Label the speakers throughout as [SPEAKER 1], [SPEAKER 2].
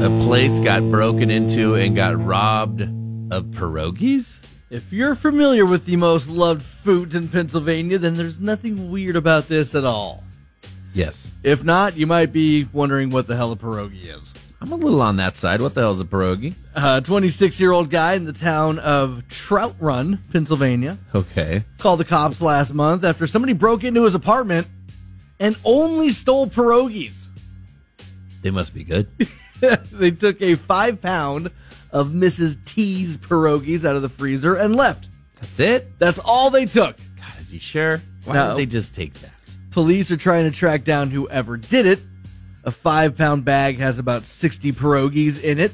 [SPEAKER 1] a place got broken into and got robbed of pierogies?
[SPEAKER 2] If you're familiar with the most loved foods in Pennsylvania, then there's nothing weird about this at all.
[SPEAKER 1] Yes.
[SPEAKER 2] If not, you might be wondering what the hell a pierogi is.
[SPEAKER 1] I'm a little on that side. What the hell's a pierogi?
[SPEAKER 2] A 26 year old guy in the town of Trout Run, Pennsylvania,
[SPEAKER 1] Okay.
[SPEAKER 2] called the cops last month after somebody broke into his apartment and only stole pierogies.
[SPEAKER 1] They must be good.
[SPEAKER 2] they took a five pound of Mrs. T's pierogies out of the freezer and left.
[SPEAKER 1] That's it?
[SPEAKER 2] That's all they took.
[SPEAKER 1] God, is he sure? Why
[SPEAKER 2] No.
[SPEAKER 1] don't they just take that?
[SPEAKER 2] Police are trying to track down whoever did it. A five pound bag has about 60 pierogies in it.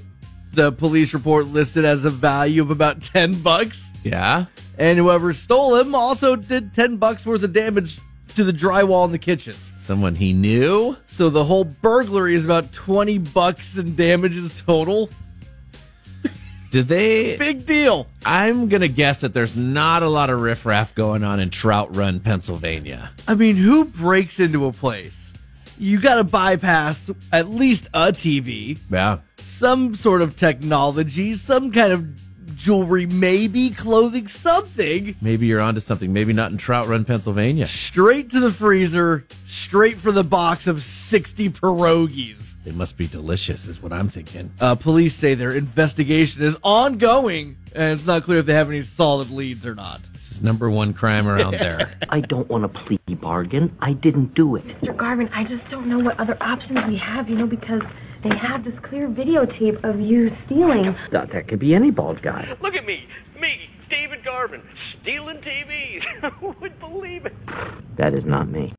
[SPEAKER 2] The police report listed as a value of about 10 bucks.
[SPEAKER 1] Yeah.
[SPEAKER 2] And whoever stole them also did 10 bucks worth of damage to the drywall in the kitchen.
[SPEAKER 1] Someone he knew?
[SPEAKER 2] So the whole burglary is about 20 bucks in damages total.
[SPEAKER 1] Did they?
[SPEAKER 2] Big deal.
[SPEAKER 1] I'm going to guess that there's not a lot of riffraff going on in Trout Run, Pennsylvania.
[SPEAKER 2] I mean, who breaks into a place? You got to bypass at least a TV,
[SPEAKER 1] Yeah.
[SPEAKER 2] some sort of technology, some kind of jewelry, maybe clothing, something.
[SPEAKER 1] Maybe you're onto something. Maybe not in Trout Run, Pennsylvania.
[SPEAKER 2] Straight to the freezer, straight for the box of 60 pierogies.
[SPEAKER 1] They must be delicious, is what I'm thinking.
[SPEAKER 2] Uh, police say their investigation is ongoing, and it's not clear if they have any solid leads or not.
[SPEAKER 1] This is number one crime around there.
[SPEAKER 3] I don't want to plea bargain. I didn't do it.
[SPEAKER 4] Mr. Garvin, I just don't know what other options we have, you know, because they have this clear videotape of you stealing.
[SPEAKER 3] That, that could be any bald guy.
[SPEAKER 5] Look at me, me, David Garvin, stealing TVs. Who would believe it?
[SPEAKER 3] That is not me.